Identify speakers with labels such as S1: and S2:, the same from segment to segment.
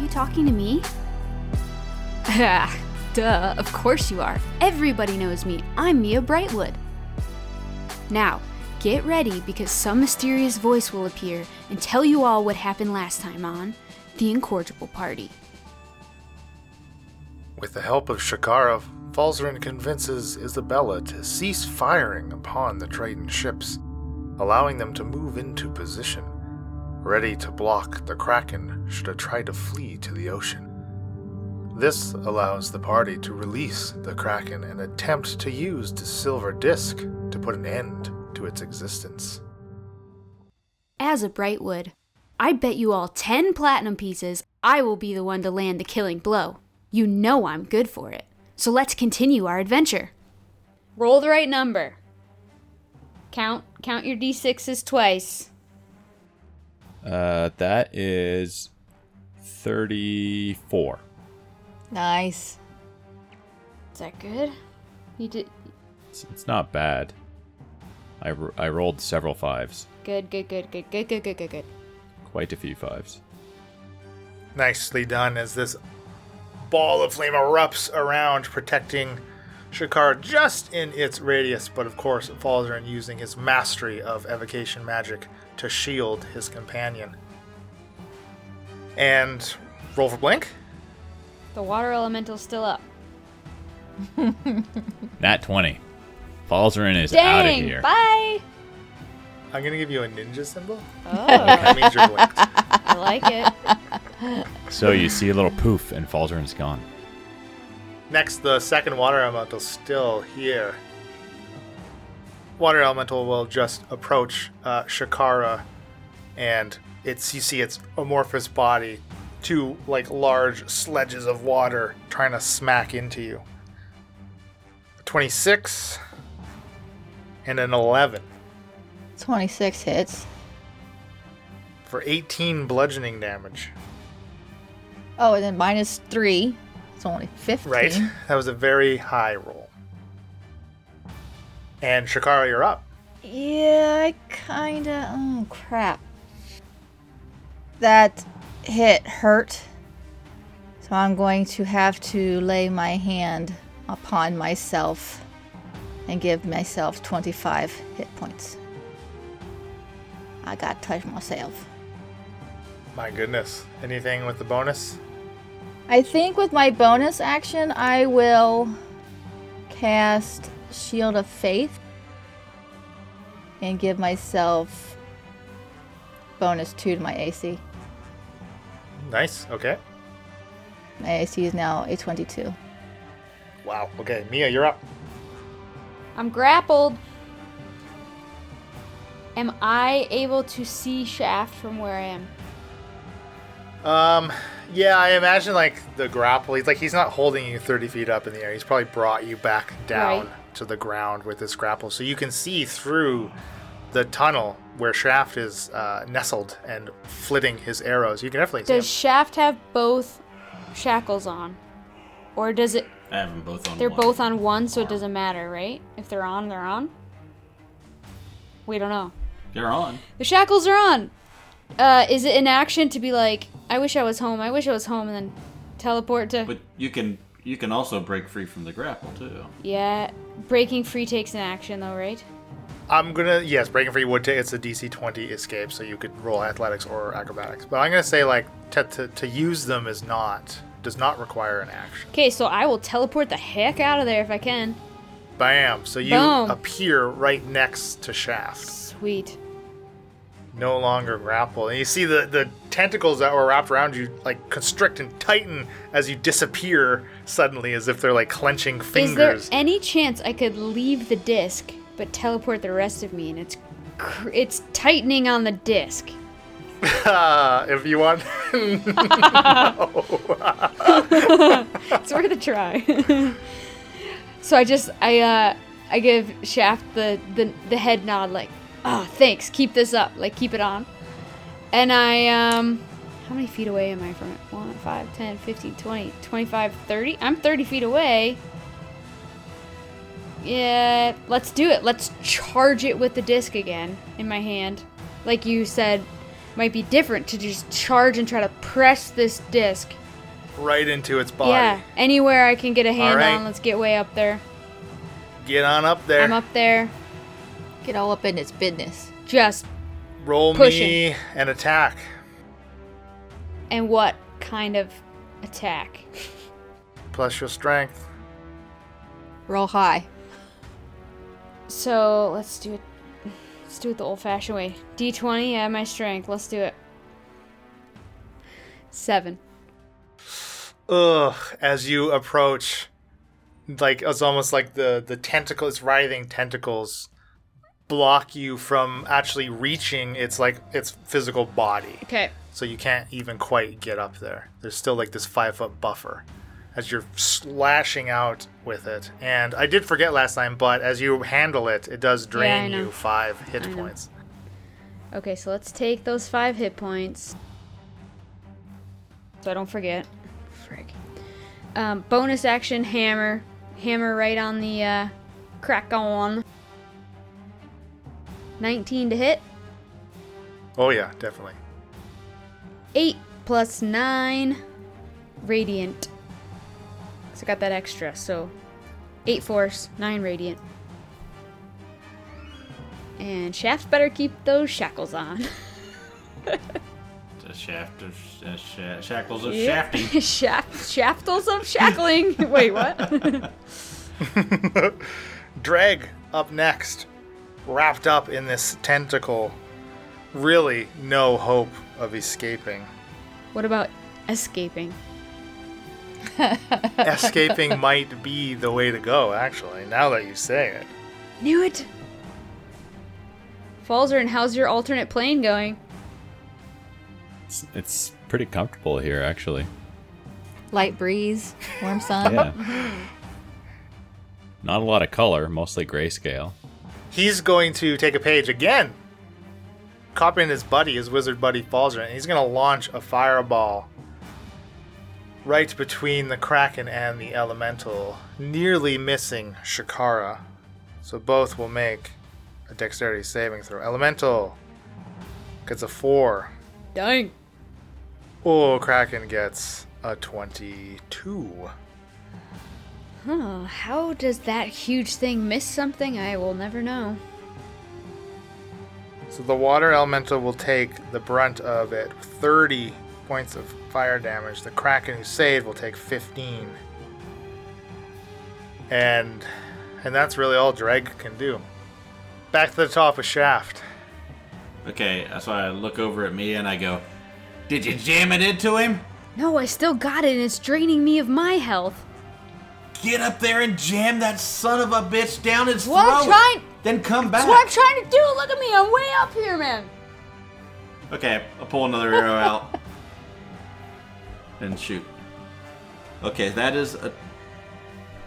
S1: you talking to me? Ah, duh, of course you are. Everybody knows me. I'm Mia Brightwood. Now, get ready because some mysterious voice will appear and tell you all what happened last time on The Incorrigible Party.
S2: With the help of Shakarov, Falzarin convinces Isabella to cease firing upon the Triton ships, allowing them to move into position, ready to block the Kraken should it try to flee to the ocean. This allows the party to release the Kraken and attempt to use the silver disk to put an end to its existence.
S1: As a Brightwood, I bet you all 10 platinum pieces I will be the one to land the killing blow. You know I'm good for it. So let's continue our adventure. Roll the right number. Count count your d6s twice.
S3: Uh, that is 34.
S4: Nice.
S1: Is that good? You did
S3: It's, it's not bad. I, ro- I rolled several fives,
S1: good, good, good, good, good, good, good, good, good.
S3: quite a few fives.
S2: Nicely done as this ball of flame erupts around, protecting Shakar just in its radius, but of course, Falzarin using his mastery of evocation magic to shield his companion. And roll for blink.
S1: The water elemental's still up.
S3: Nat 20. Falzarin is out of
S1: Dang!
S3: here.
S1: Bye.
S2: I'm gonna give you a ninja symbol.
S1: Oh,
S2: That means you're blinked.
S1: I like it.
S3: So you see a little poof, and Falzarin's gone.
S2: Next, the second water elemental still here. Water elemental will just approach uh, Shakara, and it's you see its amorphous body, two like large sledges of water trying to smack into you. Twenty six and an eleven
S4: 26 hits.
S2: for eighteen bludgeoning damage.
S4: Oh, and then minus 3. It's only 15.
S2: Right, that was a very high roll. And Shakara, you're up.
S4: Yeah, I kinda. Oh, crap. That hit hurt. So I'm going to have to lay my hand upon myself and give myself 25 hit points. I gotta touch myself.
S2: My goodness, anything with the bonus?
S4: I think with my bonus action, I will cast Shield of Faith and give myself bonus two to my AC.
S2: Nice. Okay.
S4: My AC is now a 22.
S2: Wow. Okay, Mia, you're up.
S1: I'm grappled. Am I able to see Shaft from where I am?
S2: Um, yeah, I imagine like the grapple. He's like he's not holding you 30 feet up in the air. He's probably brought you back down to the ground with this grapple, so you can see through the tunnel where Shaft is uh, nestled and flitting his arrows. You can definitely see.
S1: Does
S2: him.
S1: Shaft have both shackles on? Or does it
S5: I have them both on.
S1: they're
S5: one.
S1: both on one so it doesn't matter, right? If they're on, they're on. We don't know.
S5: They're on.
S1: The shackles are on. Uh is it an action to be like, I wish I was home, I wish I was home and then teleport to
S5: But you can you can also break free from the grapple too.
S1: Yeah. Breaking free takes an action though, right?
S2: I'm gonna yes, breaking free would take it's a DC 20 escape, so you could roll athletics or acrobatics. But I'm gonna say like to to, to use them is not does not require an action.
S1: Okay, so I will teleport the heck out of there if I can.
S2: Bam! So you
S1: Boom.
S2: appear right next to Shaft.
S1: Sweet.
S2: No longer grapple. And you see the, the tentacles that were wrapped around you like constrict and tighten as you disappear suddenly as if they're like clenching fingers.
S1: Is there any chance I could leave the disc but teleport the rest of me and it's cr- it's tightening on the disc?
S2: Ah, if you want
S1: It's worth a try. so I just I uh I give Shaft the the, the head nod like, "Oh, thanks. Keep this up. Like keep it on." And I um how many feet away am I from it? 1, 5, 10, 15, 20, 25, 30. I'm 30 feet away. Yeah, let's do it. Let's charge it with the disc again in my hand. Like you said, might be different to just charge and try to press this disc.
S2: Right into its body.
S1: Yeah, anywhere I can get a hand
S2: right.
S1: on, let's get way up there.
S2: Get on up there.
S1: I'm up there.
S4: Get all up in its business.
S1: Just
S2: Roll me
S1: pushing.
S2: an attack.
S1: and what kind of attack?
S2: Plus your strength.
S4: Roll high.
S1: So let's do it. Let's do it the old-fashioned way. D20, add my strength. Let's do it. Seven.
S2: Ugh, as you approach, like it's almost like the the tentacles, its writhing tentacles, block you from actually reaching its like its physical body.
S1: Okay.
S2: so you can't even quite get up there. There's still like this five foot buffer as you're slashing out with it. And I did forget last time, but as you handle it, it does drain
S1: know.
S2: you five hit
S1: know.
S2: points.
S1: Okay, so let's take those five hit points. So I don't forget. Frick. Um, bonus action hammer. Hammer right on the uh, crack on. 19 to hit.
S2: Oh yeah, definitely.
S1: 8 plus 9. Radiant. So I got that extra, so 8 force, 9 radiant. And Shaft better keep those shackles on.
S5: The shaft of sh- uh, sha- shackles of
S1: Yep.
S5: shafting.
S1: Shaft, shaftles of shackling. Wait, what?
S2: Dreg up next, wrapped up in this tentacle. Really no hope of escaping.
S1: what about escaping?
S2: escaping might be the way to go, actually, now that you say it.
S1: Knew it. Falzer, and how's your alternate plane going?
S3: It's, it's pretty comfortable here, actually.
S4: Light breeze, warm sun.
S3: Yeah. Not a lot of color, mostly grayscale.
S2: he's going to take a page again, copying his buddy, his wizard buddy Falzer, and he's going to launch a fireball right between the Kraken and the Elemental, nearly missing Shikara. So both will make a dexterity saving throw. Elemental gets a 4.
S1: Dang.
S2: Oh, Kraken gets a 22.
S1: Huh, how does that huge thing miss something? I will never know.
S2: So the water elemental will take the brunt of it, 30 points of fire damage. The kraken who saved will take 15. And and that's really all Dreg can do. Back to the top of Shaft.
S5: Okay, so I look over at me and I go, "Did you jam it into him?
S1: No, I still got it and it's draining me of my health.
S5: Get up there and jam that son of a bitch down his
S1: Well, I'm
S5: throat.
S1: trying-
S5: Then come back."
S1: trying to do. Look at me. I'm way up here, man.
S5: Okay, I'll pull another arrow out and shoot. Okay, that is a.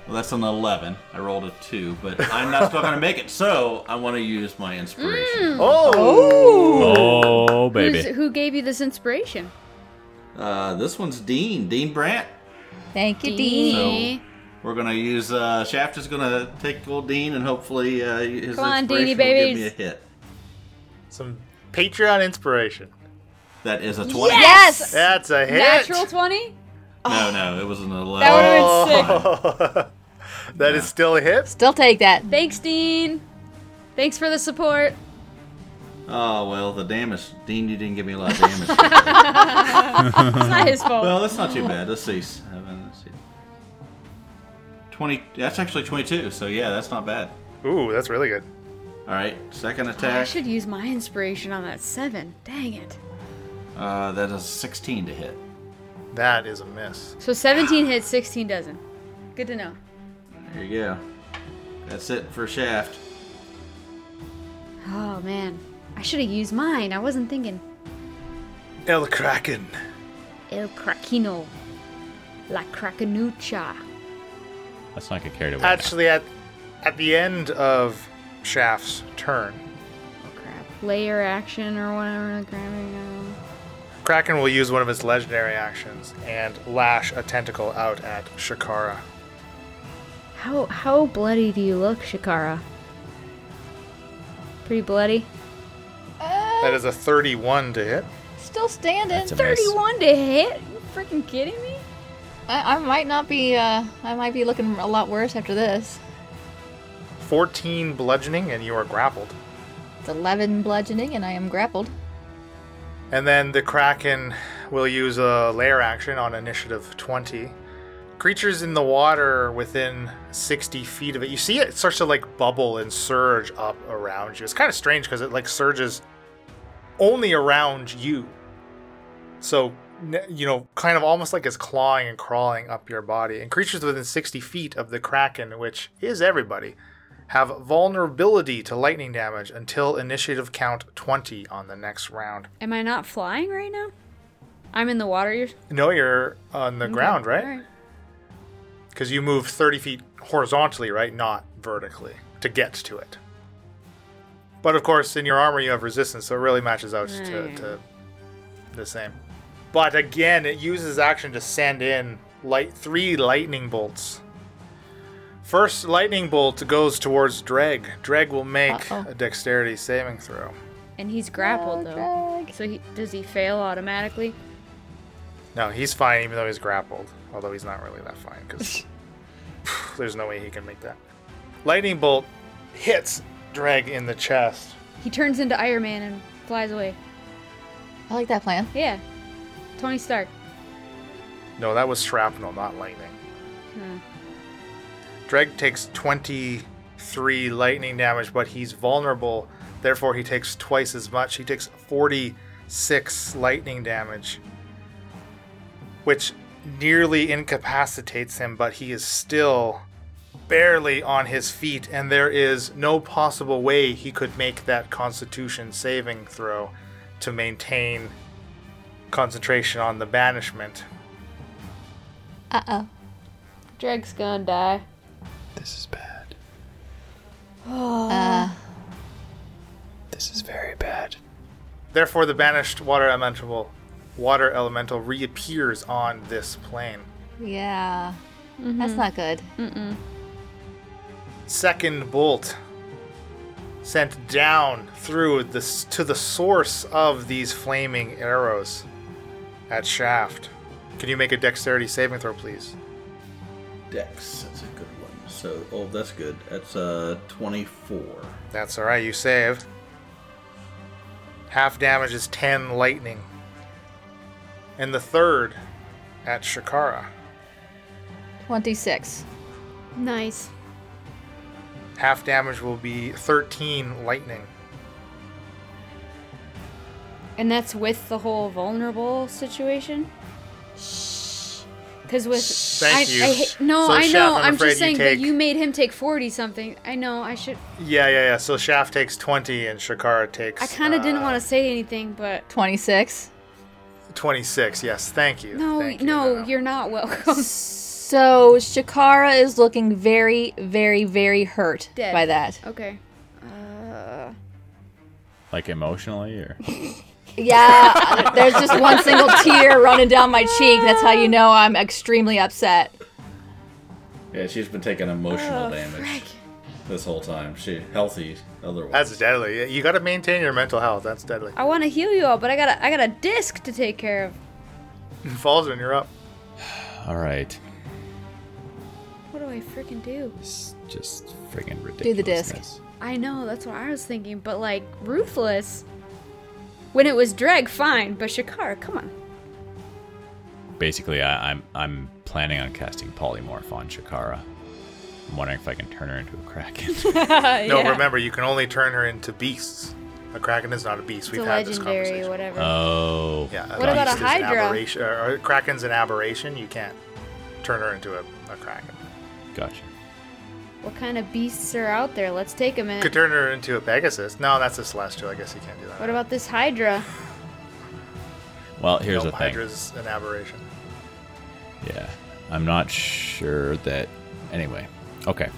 S5: Well, that's an 11. I rolled a 2, but I'm not still going to make it, so I want to use my inspiration.
S1: Mm.
S2: Oh!
S3: Oh,
S1: Who's,
S3: baby.
S1: who gave you this inspiration?
S5: Uh, this one's Dean, Dean Brandt.
S4: Thank you,
S1: Dee.
S4: Dean.
S5: So we're going to use. Uh, Shaft is going to take old Dean, and hopefully uh, his
S1: Come on,
S5: inspiration
S1: Deanie
S5: will give me a
S1: babies.
S5: hit.
S2: Some Patreon inspiration.
S5: That is a 20.
S1: Yes!
S2: That's a hit.
S1: Natural 20?
S5: No, no, it was an 11.
S1: That would have been sick.
S2: Oh. That is still a hit.
S4: Still take that.
S1: Thanks, Dean. Thanks for the support.
S5: Oh, well, the damage. Dean, you didn't give me a lot of damage.
S1: It's not his fault.
S5: Well, that's not too bad. Let's see. Seven, let's see. Twenty. That's actually twenty-two. So yeah, that's not bad.
S2: Ooh, that's really good.
S5: All right, second
S1: Oh, I
S5: attack.
S1: should use my inspiration on that 7. Dang it.
S5: Uh, that is sixteen to hit.
S2: That is a miss.
S1: So 17 hits, 16 doesn't. Good to know.
S5: There you go. That's it for shaft.
S1: Oh, man. I should have used mine. I wasn't thinking.
S2: El Kraken.
S1: El Craquino. La Cracanucha.
S3: Let's not get carried away. now.
S2: Actually, at at the end of Shaft's turn,
S1: Oh, crap. Layer action or whatever. Grabbing. um,
S2: Kraken will use one of his legendary actions and lash a tentacle out at Shakara.
S1: How how bloody do you look, Shikara? Pretty bloody.
S4: Uh,
S2: That is a 31 to hit.
S4: Still standing.
S3: That's a miss.
S1: 31 to hit? You freaking kidding me?
S4: I, I might not be. Uh, I might be looking a lot worse after this.
S2: 14 bludgeoning, and you are grappled.
S4: It's 11 bludgeoning, and I am grappled.
S2: And then the Kraken will use a lair action on initiative 20. Creatures in the water within 60 feet of it, you see it starts to like bubble and surge up around you. It's kind of strange because it like surges only around you. So, n- you know, kind of almost like it's clawing and crawling up your body. And creatures within 60 feet of the Kraken, which is everybody, have vulnerability to lightning damage until initiative count 20 on the next round.
S1: Am I not flying right now? I'm in the water. You're
S2: No, you're on the ground,
S1: All
S2: right? Because you move 30 feet horizontally, right? Not vertically to get to it. But of course, in your armor, you have resistance, so it really matches out to,
S1: Right.
S2: to the same. But again, it uses action to send in light three lightning bolts. First lightning bolt goes towards Dreg. Dreg will make
S4: Uh-oh.
S2: a dexterity saving throw.
S1: And he's grappled
S4: Oh,
S1: though.
S4: drag.
S1: So he, does he fail automatically?
S2: No, he's fine even though he's grappled. Although he's not really that fine because there's no way he can make that. Lightning bolt hits Dreg in the chest.
S1: He turns into Iron Man and flies away.
S4: I like that plan.
S1: Yeah. Tony Stark.
S2: No, that was shrapnel, not lightning.
S1: Hmm.
S2: Dreg takes 23 lightning damage, but he's vulnerable. Therefore, he takes twice as much. He takes 46 lightning damage, which nearly incapacitates him, but he is still barely on his feet, and there is no possible way he could make that constitution saving throw to maintain concentration on the banishment.
S4: Uh oh.
S1: Dreg's gonna die.
S6: This is bad.
S4: Uh,
S6: This is very bad.
S2: Therefore, the banished water elemental, water elemental reappears on this plane.
S4: yeah.
S1: Mm-hmm.
S4: That's not good.
S1: Mm.
S2: Second bolt sent down through this to the source of these flaming arrows at shaft. Can you make a dexterity saving throw, please?
S5: Dex. That's a good one. So, oh, that's good. That's uh, 24.
S2: That's all right. You save. Half damage is 10 lightning. And the third at Shakara.
S4: 26.
S1: Nice.
S2: Half damage will be 13 lightning.
S1: And that's with the whole vulnerable situation. Because with
S2: Thank
S1: I,
S2: you.
S1: I, hate- no,
S2: So,
S1: I
S2: Shaf,
S1: know.
S2: I'm
S1: I'm,
S2: afraid you
S1: just saying
S2: take-
S1: that you made him take forty something. I know. I should.
S2: Yeah, yeah, yeah. So Shaft takes 20 and Shakara takes. uh,
S1: I kind of didn't want to say anything, but
S4: 26.
S2: to. 26, yes. Thank you.
S1: no,
S2: Thank you.
S1: no, you're not welcome.
S4: So Shakara is looking very, very, very hurt
S1: Dead.
S4: by that.
S1: Okay. Uh,
S3: Like emotionally, or
S4: Yeah, there's just one single tear running down my cheek. That's how you know I'm extremely upset.
S5: Yeah, she's been taking emotional damage
S1: frick.
S5: this whole time. She healthy otherwise.
S2: That's deadly. You got to maintain your mental health. That's deadly.
S1: I want to heal you all, but I got a I got a disc to take care of.
S2: Falzman, you're up.
S3: all right,
S1: What do I freaking do?
S3: it's just friggin' ridiculous.
S4: the disc.
S1: I know that's what I was thinking, but like ruthless. When it was Dreg, fine, but Shakar, come on.
S3: Basically, I, I'm I'm planning on casting polymorph on Shakara. I'm wondering if I can turn her into a kraken.
S1: uh,
S2: No, remember, you can only turn her into beasts. A kraken is not a beast.
S1: It's
S2: We've
S1: a
S2: had this
S1: legendary,
S2: conversation.
S1: whatever.
S3: oh,
S2: Yeah.
S1: What about
S2: beast
S1: a
S2: is an
S1: hydra?
S2: aberration- or- or kraken's an aberration. You can't turn her into a, a kraken.
S3: gotcha.
S1: what kind of beasts are out there? Let's take a minute.
S2: Could turn her into a Pegasus. No, that's a celestial. I guess you can't do that.
S1: What about this Hydra?
S3: Well, here's
S2: no,
S3: the thing.
S2: Hydra's an aberration.
S3: Yeah, I'm not sure that. Anyway, okay.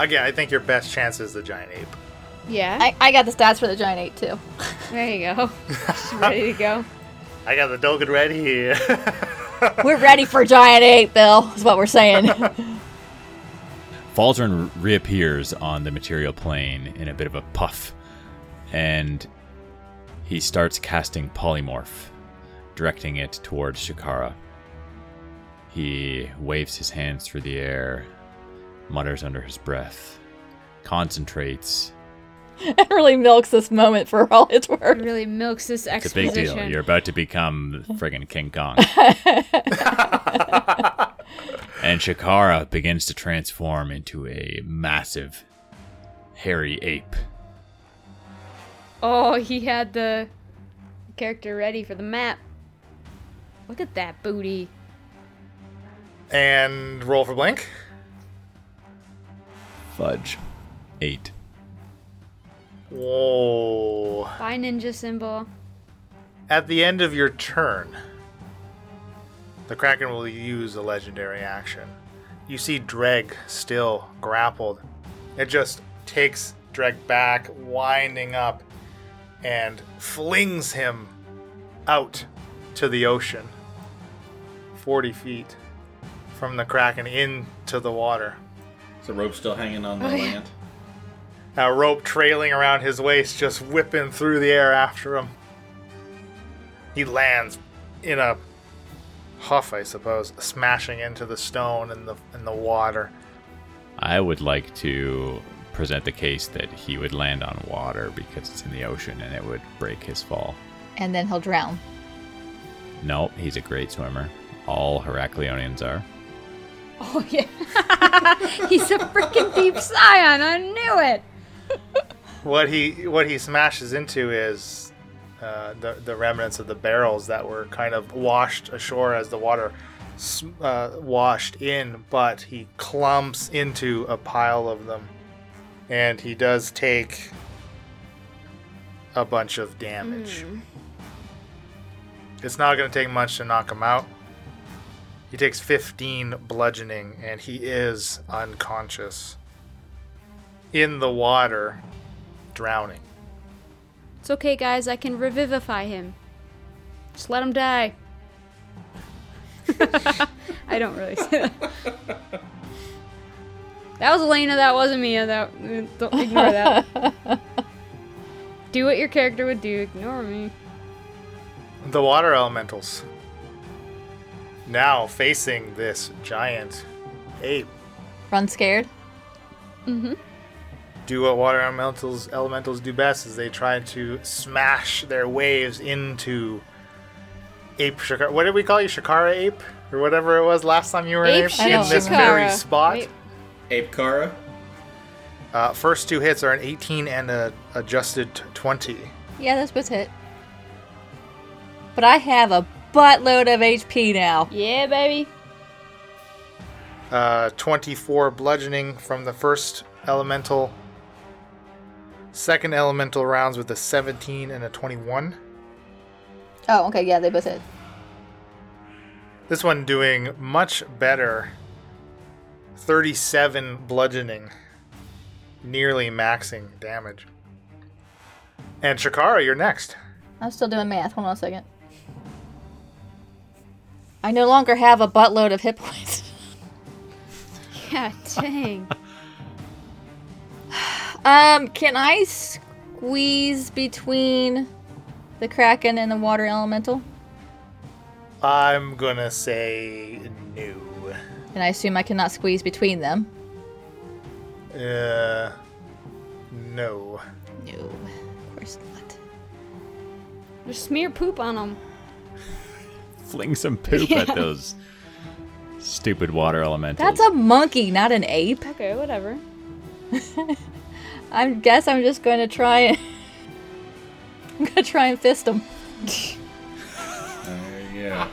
S2: Again, I think your best chance is the giant ape.
S1: Yeah.
S4: I, I got the stats for the giant ape too.
S1: there you go. She's ready to go.
S2: I got the Dogon red here.
S4: We're ready for giant ape, Bill. Is what we're saying.
S3: Falzern reappears on the material plane in a bit of a puff and he starts casting polymorph, directing it towards Shikara. He waves his hands through the air, mutters under his breath, concentrates.
S4: It really milks this moment for all it's
S1: It
S4: worth.
S1: really milks this
S3: It's a big
S1: exposition.
S3: deal. You're about to become friggin' King Kong. and Shikara begins to transform into a massive, hairy ape.
S1: Oh, he had the character ready for the map. Look at that booty.
S2: And roll for blank.
S3: Fudge. Eight.
S2: Whoa.
S1: Bye, ninja symbol.
S2: At the end of your turn, the Kraken will use a legendary action. You see Dreg still grappled. It just takes Dreg back, winding up, and flings him out to the ocean. 40 feet from the Kraken into the water.
S5: Is the rope still hanging on the
S1: Oh, yeah.
S5: land?
S2: A rope trailing around his waist, just whipping through the air after him. He lands in a huff, I suppose, smashing into the stone and the and the water.
S3: I would like to present the case that he would land on water because it's in the ocean and it would break his fall.
S4: And then he'll drown.
S3: Nope, he's a great swimmer. All Heracleonians are.
S1: Oh, yeah. He's a freaking deep scion. I knew it.
S2: What he what he smashes into is uh, the the remnants of the barrels that were kind of washed ashore as the water s- uh, washed in, but he clumps into a pile of them, and he does take a bunch of damage. It's not going to take much to knock him out. He takes 15 bludgeoning, and he is unconscious in the water, drowning.
S1: It's okay, guys. I can revivify him. Just let him die. I don't really say that. That was Elena. That wasn't me. That don't ignore that. do what your character would do. Ignore me.
S2: The water elementals. Now facing this giant ape.
S4: Run scared.
S2: Do what water elementals elementals do best is they try to smash their waves into ape shikara. What did we call you? Shikara ape? Or whatever it was last time you were an
S1: Ape
S2: ape
S1: shit,
S2: in this very
S1: Shikara.
S2: spot.
S1: Wait.
S5: Ape Kara?
S2: Uh, first two hits are an 18 and a adjusted 20.
S4: Yeah, that's what's hit. But I have a buttload of HP now.
S1: Yeah, baby.
S2: uh, 24 bludgeoning from the first elemental. Second elemental rounds with a 17 and a 21.
S4: Oh, okay, yeah, they both hit.
S2: This one doing much better. 37 bludgeoning, nearly maxing damage. And Shakara, you're next.
S4: I'm still doing math. Hold on a second. I no longer have a buttload of hit points.
S1: Yeah, dang.
S4: Um, can I squeeze between the Kraken and the Water Elemental?
S2: I'm gonna say no.
S4: And I assume I cannot squeeze between them.
S2: Uh, no.
S4: No, of course not.
S1: Just smear poop on him.
S3: Fling some poop at those stupid water elementals.
S4: That's a monkey, not an ape.
S1: Okay, whatever.
S4: I guess I'm just going to try and I'm going to try and fist him.
S5: yeah.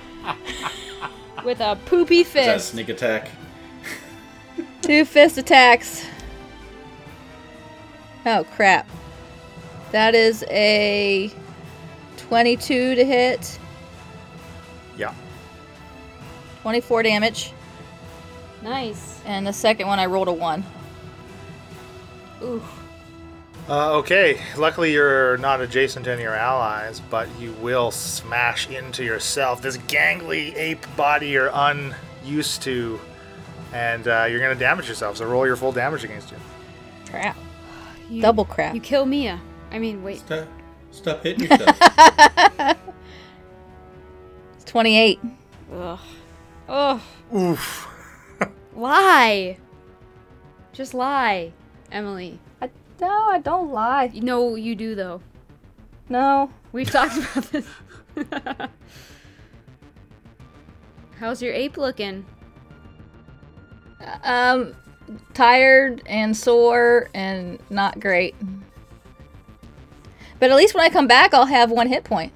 S1: With a poopy
S5: Is that a
S1: fist.
S5: sneak attack?
S4: Two fist attacks. Oh crap. That is a 22 to hit,
S2: Yeah.
S4: 24 damage,
S1: Nice.
S4: and the second one I rolled a 1.
S1: Ooh.
S2: Uh, okay. Luckily, you're not adjacent to any of your allies, but you will smash into yourself. This gangly ape body you're unused to, and uh, you're going to damage yourself. So roll your full damage against you.
S4: Crap.
S1: You-
S4: Double crap.
S1: You kill Mia. I mean, wait.
S5: Stop, stop hitting yourself.
S4: It's 28.
S1: Ugh. Ugh.
S2: Oof.
S1: Lie. Just lie, Emily.
S4: I, no, I don't lie.
S1: You know you do though.
S4: No.
S1: We've talked about this. How's your ape looking?
S4: Um, tired and sore and not great. But at least when I come back, I'll have one hit point.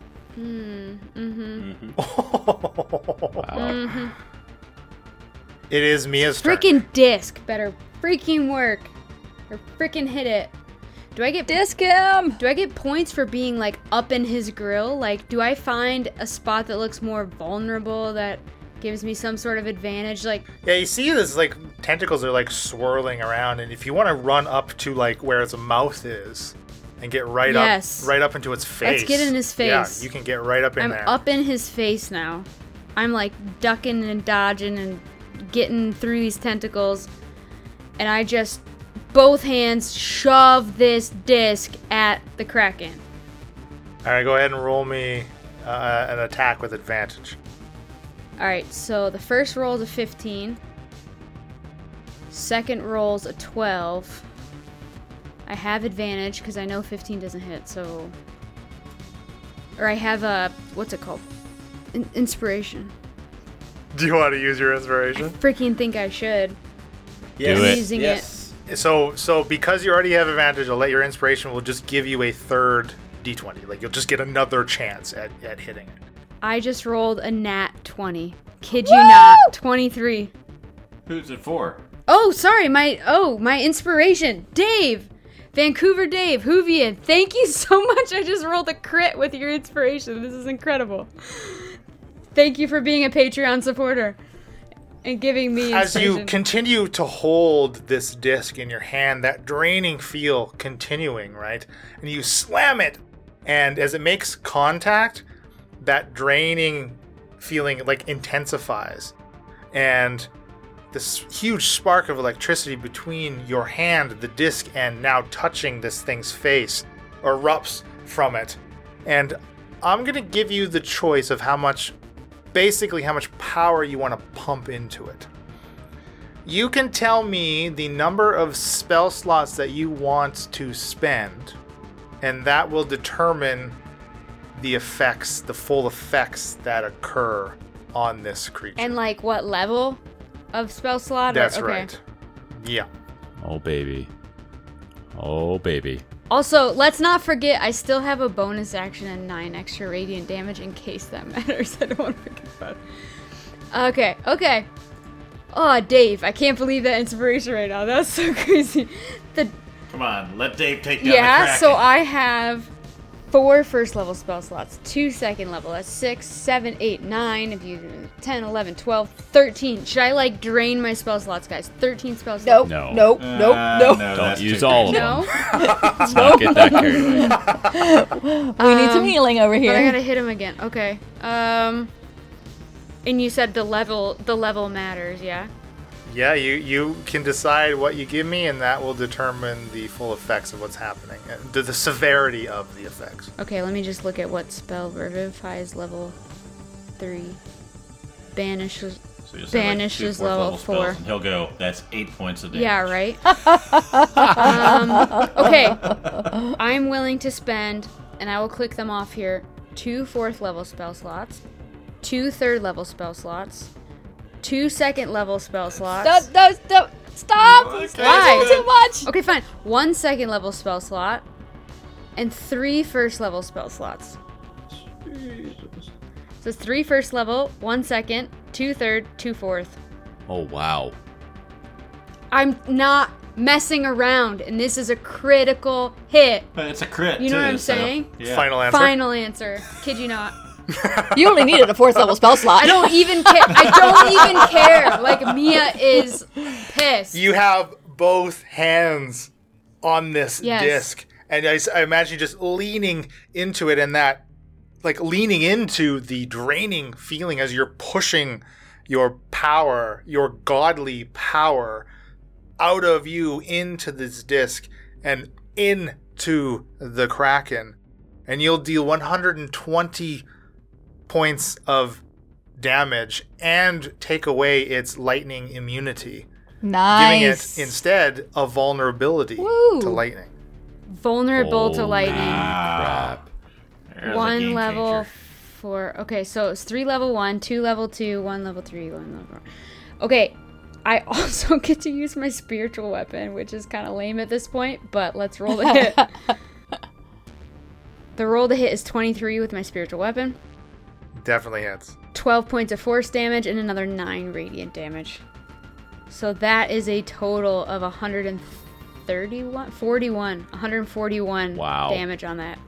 S2: It is Mia's turn.
S1: Freaking disc better freaking work or freaking hit it. Do I get
S4: Disc him!
S1: Do I get points for being like up in his grill? Like, do I find a spot that looks more vulnerable that gives me some sort of advantage? Like,
S2: Yeah, you see this like tentacles are like swirling around, and if you want to run up to like where its mouth is, and get right
S1: Yes.
S2: up, right up into its face.
S1: Let's get in his face.
S2: Yeah, you can get right up in
S1: I'm
S2: there.
S1: up in his face now. I'm like ducking and dodging and getting through these tentacles, and I just both hands shove this disc at the kraken.
S2: All right, go ahead and roll me uh, an attack with advantage.
S1: All right, so the first roll's a 15. Second roll's a 12. I have advantage because I know 15 doesn't hit, so. Or I have a. What's it called? In- inspiration.
S2: Do you want to use your inspiration?
S1: Freaking think I should.
S5: yes.
S3: it.
S1: Using it.
S5: yes.
S2: So, so because you already have advantage, I'll let your inspiration will just give you a third d20. Like you'll just get another chance at, at hitting it.
S1: I just rolled a nat 20. Kid you not. 23.
S5: Who's it for?
S1: Oh, sorry, my oh, my inspiration, Dave, Vancouver Dave Hoovian. Thank you so much. I just rolled a crit with your inspiration. This is incredible. Thank you for being a Patreon supporter and giving me
S2: As
S1: inspiration.
S2: you continue to hold this disc in your hand, that draining feel continuing, right? And you slam it, and as it makes contact, that draining feeling like intensifies. And this huge spark of electricity between your hand, the disc, and now touching this thing's face erupts from it. And I'm going to give you the choice of how much, basically, how much power you want to pump into it. You can tell me the number of spell slots that you want to spend, and that will determine the effects, the full effects that occur on this creature.
S1: and like what level of spell slot? or-
S2: That's
S1: okay.
S2: right. Yeah.
S3: Oh, baby. Oh, baby.
S1: Also, let's not forget I still have a bonus action and nine extra radiant damage in case that matters. I don't want to forget about it. Okay, okay. Oh, Dave, I can't believe that inspiration right now. That's so crazy. The
S5: Come on, let Dave take down the
S1: yeah,
S5: Kraken.
S1: so I have four first level spell slots, two second level, that's six, seven, eight, nine, if you 10, 11, 12, 13. Should I like drain my spell slots, guys? 13 spell slots.
S4: Nope.
S3: No.
S4: Nope.
S5: Uh,
S4: nope. Nope.
S5: no,
S3: Don't
S5: that's
S3: use
S5: too
S3: all
S5: crazy.
S3: of them.
S1: No?
S3: Let's not get that carried away.
S4: we need some healing over here.
S1: Um, But I gotta hit him again. Okay. Um. And you said the level the level matters, yeah.
S2: Yeah, you, you can decide what you give me, and that will determine the full effects of what's happening, uh, the, the severity of the effects.
S1: Okay, let me just look at what spell revivify is level three. Banishes.
S5: So you'll say, like,
S1: Banish
S5: two
S1: is
S5: fourth
S1: level
S5: spells,
S1: four.
S5: and he'll go. That's eight points a day.
S1: Yeah, right. um, okay, I'm willing to spend, and I will click them off here. Two fourth level spell slots, two third level spell slots, two second level spell slots.
S4: Stop, stop, stop, stop!
S5: Okay.
S4: Stop, Too much!
S1: Okay, fine. One second level spell slot and three first level spell slots. So it's three first level, one second, two third, two fourth.
S3: Oh, wow.
S1: I'm not messing around, and this is a critical hit.
S5: But it's a crit.
S1: You know
S5: too,
S1: what I'm
S5: so-
S1: saying?
S5: Yeah.
S2: Final answer.
S1: Final answer. Kid you not.
S4: You only needed a fourth level spell slot.
S1: I don't even care. I don't even care. Like Mia is pissed.
S2: You have both hands on this
S1: Yes.
S2: disc, and I, s- I imagine you just leaning into it, and that, like, leaning into the draining feeling as you're pushing your power, your godly power, out of you into this disc and in to the Kraken, and you'll deal 120 points of damage and take away its lightning immunity, giving
S4: Nice.
S2: it instead a vulnerability
S1: Woo.
S2: to lightning.
S1: Vulnerable to
S2: Oh,
S3: Holy
S1: lightning.
S3: Crap.
S5: There's a
S1: One
S5: game
S1: level
S5: changer.
S1: four. Okay, so it's three level one, two level two, one level three, one level four. Okay, I also get to use my spiritual weapon, which is kind of lame at this point, but let's roll the hit. the roll to hit is 23 with my spiritual weapon,
S2: Definitely hits.
S1: 12 points of force damage, and another 9 radiant damage. So that is a total of 131, 41, 141
S3: Wow.
S1: damage on that.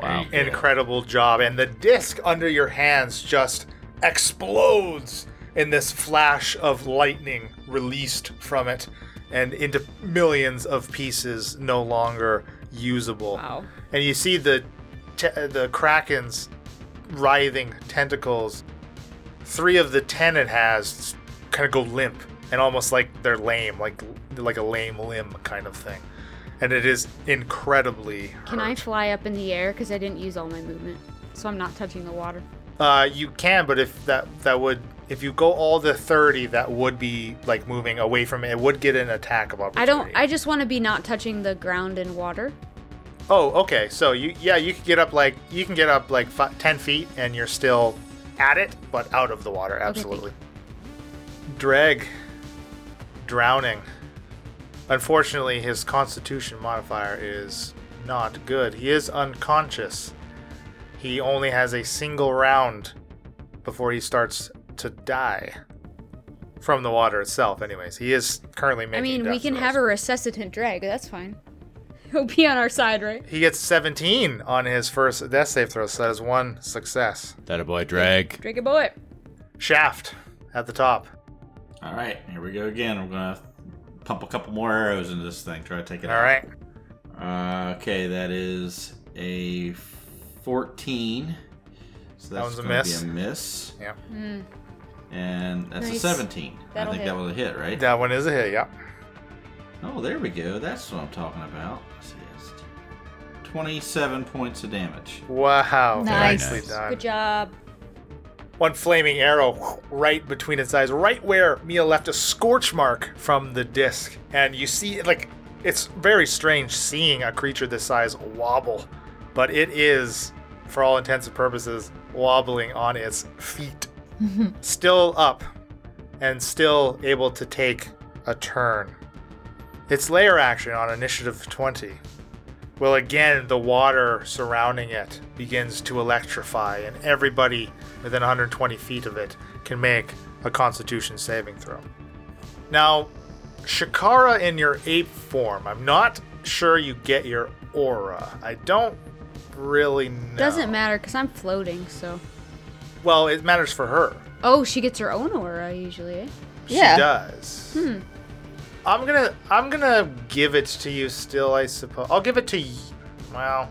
S3: Wow.
S2: Incredible job. And the disc under your hands just explodes in this flash of lightning released from it and into millions of pieces no longer usable.
S1: Wow.
S2: And you see the te- the kraken's writhing tentacles. Three of the 10 it has kind of go limp and almost like they're lame, like like a lame limb kind of thing. And it is incredibly
S1: Can I
S2: hurt.
S1: fly up in the air? Because I didn't use all my movement. So I'm not touching the water.
S2: Uh, you can, but if that that would if you go all the thirty, that would be like moving away from it. It would get an attack of
S1: I
S2: opportunity.
S1: don't. I just want to be not touching the ground and water.
S2: Oh, okay. So you yeah, you could get up like you can get up like fi- ten feet, and you're still at it, but out of the water. Absolutely. Dreg, drowning. Unfortunately, his Constitution modifier is not good. He is unconscious. He only has a single round before he starts to die from the water itself. Anyways, he is currently making.
S1: I mean, we
S2: death
S1: can
S2: throws.
S1: have a resuscitant drag. That's fine. He'll be on our side, right?
S2: He gets 17 on his first death save throw, so that is one success.
S3: That a boy drag.
S1: Drag a bullet.
S2: Shaft at the top.
S5: All right, here we go again. I'm gonna pump a couple more arrows into this thing. Try to take it
S2: All right.
S5: out. Uh, okay, that is a fourteen. So
S2: That
S5: that's
S2: one's a
S5: gonna
S2: miss.
S5: be a miss,
S2: Yeah.
S5: and that's a
S1: Nice.
S5: seventeen.
S1: That'll
S5: I think
S1: hit.
S5: that was a hit, right?
S2: That one is a hit, yeah.
S5: Oh, there we go. That's what I'm talking about. Let's see, it's Twenty-seven points of damage.
S2: Wow.
S4: Nice.
S2: Nicely
S3: Nice.
S2: done.
S1: Good job.
S2: One flaming arrow right between its eyes, right where Mia left a scorch mark from the disc. And you see, like, it's very strange seeing a creature this size wobble, but it is, for all intents and purposes, wobbling on its feet. still up and still able to take a turn. Its layer action on initiative 20. Well, again, the water surrounding it begins to electrify, and everybody within 120 feet of it can make a constitution saving throw. Now, Shakara in your ape form, I'm not sure you get your aura. I don't really know.
S1: Doesn't matter because I'm floating. So.
S2: Well, it matters for her.
S1: Oh, she gets her own aura usually. eh?
S4: Yeah.
S2: She does. I'm gonna I'm gonna give it to you still, I suppose. I'll give it to you. Well.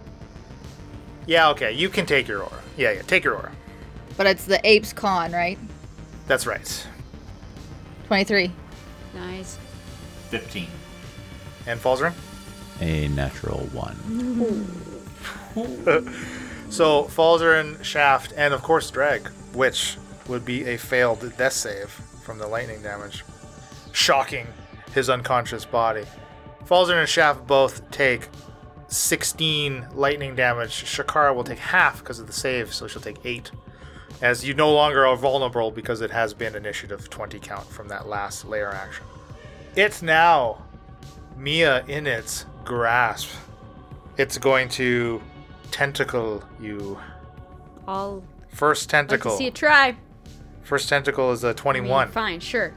S2: Yeah, okay. You can take your aura. Yeah, yeah. Take your aura.
S4: But it's the apes con, right?
S2: That's right.
S4: 23.
S1: Nice.
S5: Fifteen.
S2: And falls ring.
S3: A natural one.
S2: So Falzarin, Shaft, and of course Drag, which would be a failed death save from the lightning damage, shocking his unconscious body. Falzarin and Shaft both take 16 lightning damage. Shakara will take half because of the save, so she'll take 8. As you no longer are vulnerable because it has been initiative 20 count from that last layer action. It's now Mia in its grasp. It's going to tentacle you.
S1: I'll
S2: First
S1: like to
S2: tentacle.
S1: see it try.
S2: First tentacle is a
S1: I mean,
S2: 21.
S1: Fine, sure.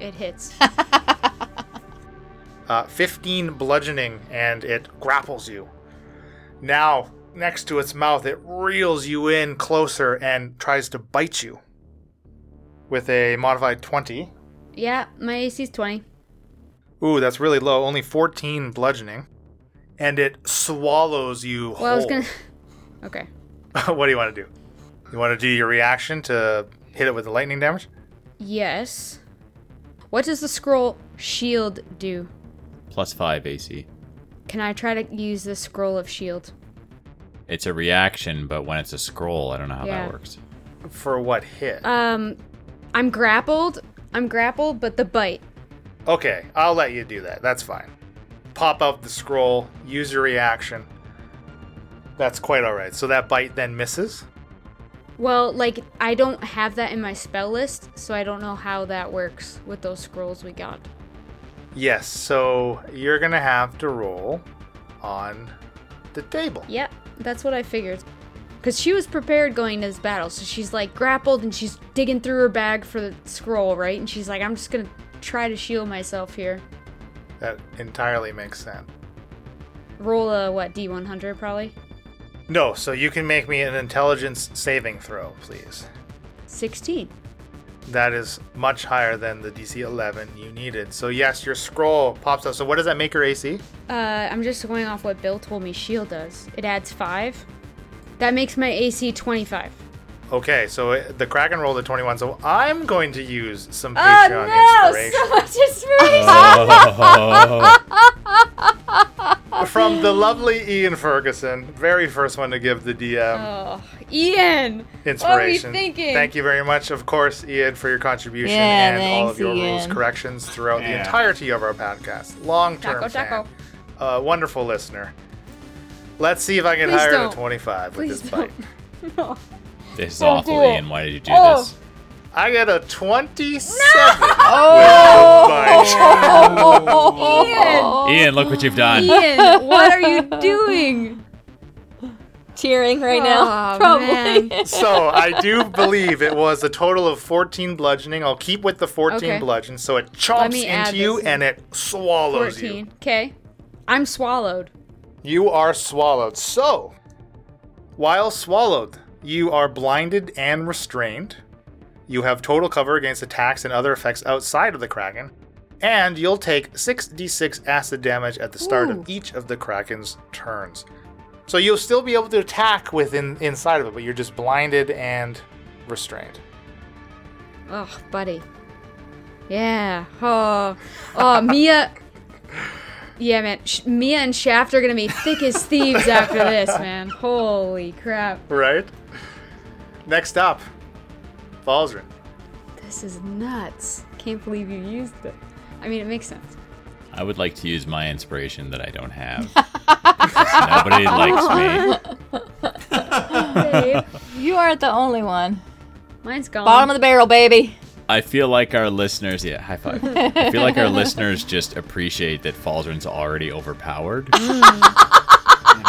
S1: It hits.
S2: uh, 15 bludgeoning, and it grapples you. Now, next to its mouth, it reels you in closer and tries to bite you with a modified 20.
S1: yeah, my AC's 20.
S2: Ooh, that's really low. Only 14 bludgeoning. And it swallows you
S1: Well, I was
S2: whole.
S1: gonna. Okay.
S2: what do you want to do? You want to do your reaction to hit it with the lightning damage?
S1: Yes. What does the scroll shield do?
S3: Plus five AC.
S1: Can I try to use the scroll of shield?
S3: It's a reaction, but when it's a scroll, I don't know how
S1: Yeah.
S3: that works.
S2: For what hit?
S1: Um, I'm grappled. I'm grappled, but the bite.
S2: okay, I'll let you do that. That's fine. Pop up the scroll, use your reaction. That's quite alright. So that bite then misses?
S1: Well, like I don't have that in my spell list, so I don't know how that works with those scrolls we got.
S2: Yes, so you're gonna have to roll on the table.
S1: Yep, that's what I figured. Cause she was prepared going to this battle, so she's like grappled and she's digging through her bag for the scroll, right? And she's like, I'm just gonna try to shield myself here.
S2: That entirely makes sense.
S1: Roll a what D100 probably.
S2: No, so you can make me an intelligence saving throw, please.
S1: 16.
S2: That is much higher than the DC 11 you needed. So, yes, your scroll pops up. So, what does that make your AC?
S1: Uh, I'm just going off what Bill told me shield does. It adds five. That makes my AC 25.
S2: Okay, so it- the Kraken rolled a 21, so I'm going to use some
S1: Oh
S2: Patreon
S1: no! So
S2: inspiration
S1: much inspiration.
S3: Oh,
S2: from the lovely Ian Ferguson, very first one to give the DM
S1: Oh, Ian.
S2: inspiration.
S1: What were we thinking?
S2: Thank you very much, of course, Ian, for your contribution
S4: Yeah,
S2: and all of your
S4: thanks,
S2: rules
S4: Ian.
S2: corrections throughout the
S5: Yeah.
S2: entirety of our podcast. Long term
S1: Taco,
S2: fan,
S1: taco.
S2: a wonderful listener. Let's see if I can
S1: Please
S2: hire
S1: don't.
S2: a 25
S1: Please
S2: with this
S1: don't.
S2: bite.
S1: No.
S3: this is
S1: Don't
S3: awful,
S1: do it.
S3: Ian. Why did you do
S1: Oh.
S3: this?
S2: I got a 27.
S1: Oh,
S2: with the bite.
S7: Oh.
S1: Ian.
S3: Ian, look what you've done.
S1: Ian, what are you doing?
S7: Tearing right
S1: Oh,
S7: now. Probably.
S1: man.
S2: so I do believe it was a total of 14 bludgeoning. I'll keep with the 14
S1: Okay.
S2: bludgeon. So it
S1: Let
S2: chomps
S1: me add
S2: into you
S1: this in.
S2: and it swallows
S1: 14.
S2: you.
S1: Okay. I'm swallowed.
S2: You are swallowed. So while swallowed, you are blinded and restrained. You have total cover against attacks and other effects outside of the Kraken. And you'll take 6d6 acid damage at the start
S1: Ooh.
S2: of each of the Kraken's turns. So you'll still be able to attack within inside of it, but you're just blinded and restrained.
S1: Oh, buddy. Yeah. Oh, oh Mia. Yeah, man. Sh- Mia and Shaft are gonna be thick as thieves after this, man. Holy crap.
S2: Right? Next up, Falzrin.
S1: This is nuts. Can't believe you used it. I mean, it makes sense.
S3: I would like to use my inspiration that I don't have. 'Cause Nobody likes me.
S1: Babe,
S7: Oh,
S4: You aren't the only one.
S1: mine's gone.
S7: Bottom of the barrel, baby.
S3: I feel like our listeners, yeah, high five. I feel like our listeners just appreciate that Falzrin's already overpowered.
S1: Mm.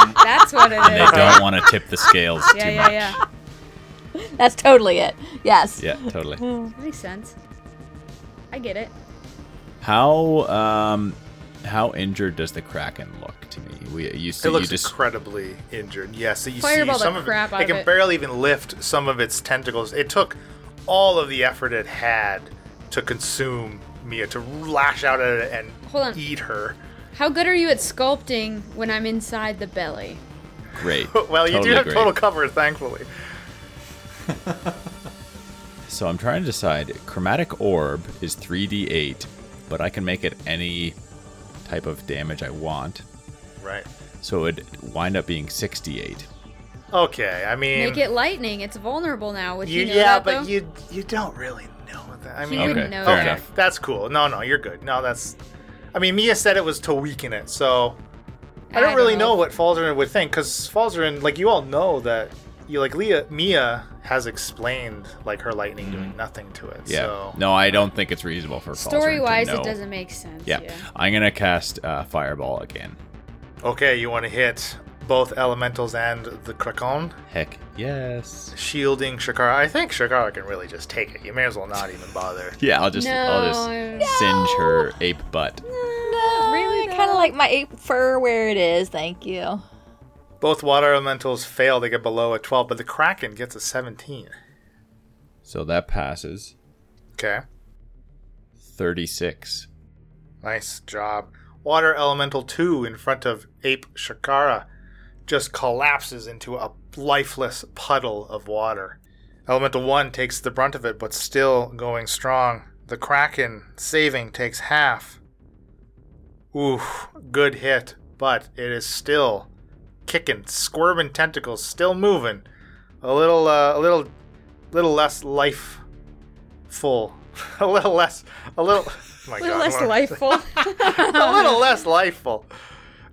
S3: and
S1: That's what it
S3: They
S1: is.
S3: don't want to tip the scales
S1: Yeah,
S3: too
S1: yeah,
S3: much.
S1: yeah.
S7: That's totally it. Yes.
S3: yeah, totally.
S1: Makes sense. I get it.
S3: How um how injured does the Kraken look to me? We you see
S2: it looks
S3: you just
S2: incredibly injured. Yes, so you
S1: Fireball the
S2: see some of
S1: crap
S2: it.
S1: out
S2: It
S1: of
S2: can
S1: it.
S2: barely even lift some of its tentacles. It took all of the effort it had to consume Mia, to lash out at it and
S1: Hold on.
S2: eat her.
S1: How good are you at sculpting when I'm inside the belly?
S3: great.
S2: Well, you do
S3: Totally
S2: have
S3: great.
S2: total cover, thankfully.
S3: So I'm trying to decide. Chromatic orb is 3d8, but I can make it any type of damage I want.
S2: Right.
S3: So it would wind up being 68.
S2: Okay, I mean.
S1: Make it lightning. It's vulnerable now. Would
S2: you,
S1: you, know
S2: yeah,
S1: that,
S2: but
S1: though?
S2: you you don't really know that. I mean,
S1: wouldn't
S3: Okay,
S1: know
S3: fair
S1: that.
S3: enough.
S2: That's cool. No, no, you're good. No, that's. I mean, Mia said it was to weaken it, so I don't really know. what Falzarin would think because Falzarin, like you all know that you like Leah Mia has explained like her lightning doing nothing to it.
S3: Mm. Yeah.
S2: So
S3: No, I don't think it's reasonable for Falzarin to
S1: Story wise,
S3: know.
S1: it doesn't make sense.
S3: Yeah. I'm gonna cast uh, fireball again.
S2: okay, you want to hit both elementals and the Krakon,
S3: Heck yes.
S2: shielding Shakara. I think Shakara can really just take it. You may as well not even bother.
S3: Yeah, I'll just I'll
S1: No.
S3: just singe her ape butt.
S7: No,
S1: Really,
S7: Kind
S1: though?
S7: of like my ape fur where it is. Thank you.
S2: both water elementals fail; they get below a twelve, but the Kraken gets a seventeen.
S3: So that passes.
S2: Okay.
S3: 36.
S2: Nice job. Water Elemental 2 in front of Ape Shakara just collapses into a lifeless puddle of water. Elemental 1 takes the brunt of it, but still going strong. The Kraken, saving, takes half. Oof, good hit. but it is still kicking, squirming tentacles, still moving. A little, uh, a little, little less life full. a little less, a little. Oh my
S1: A little
S2: God,
S1: less
S2: what am I
S1: lifeful.
S2: a little less lifeful.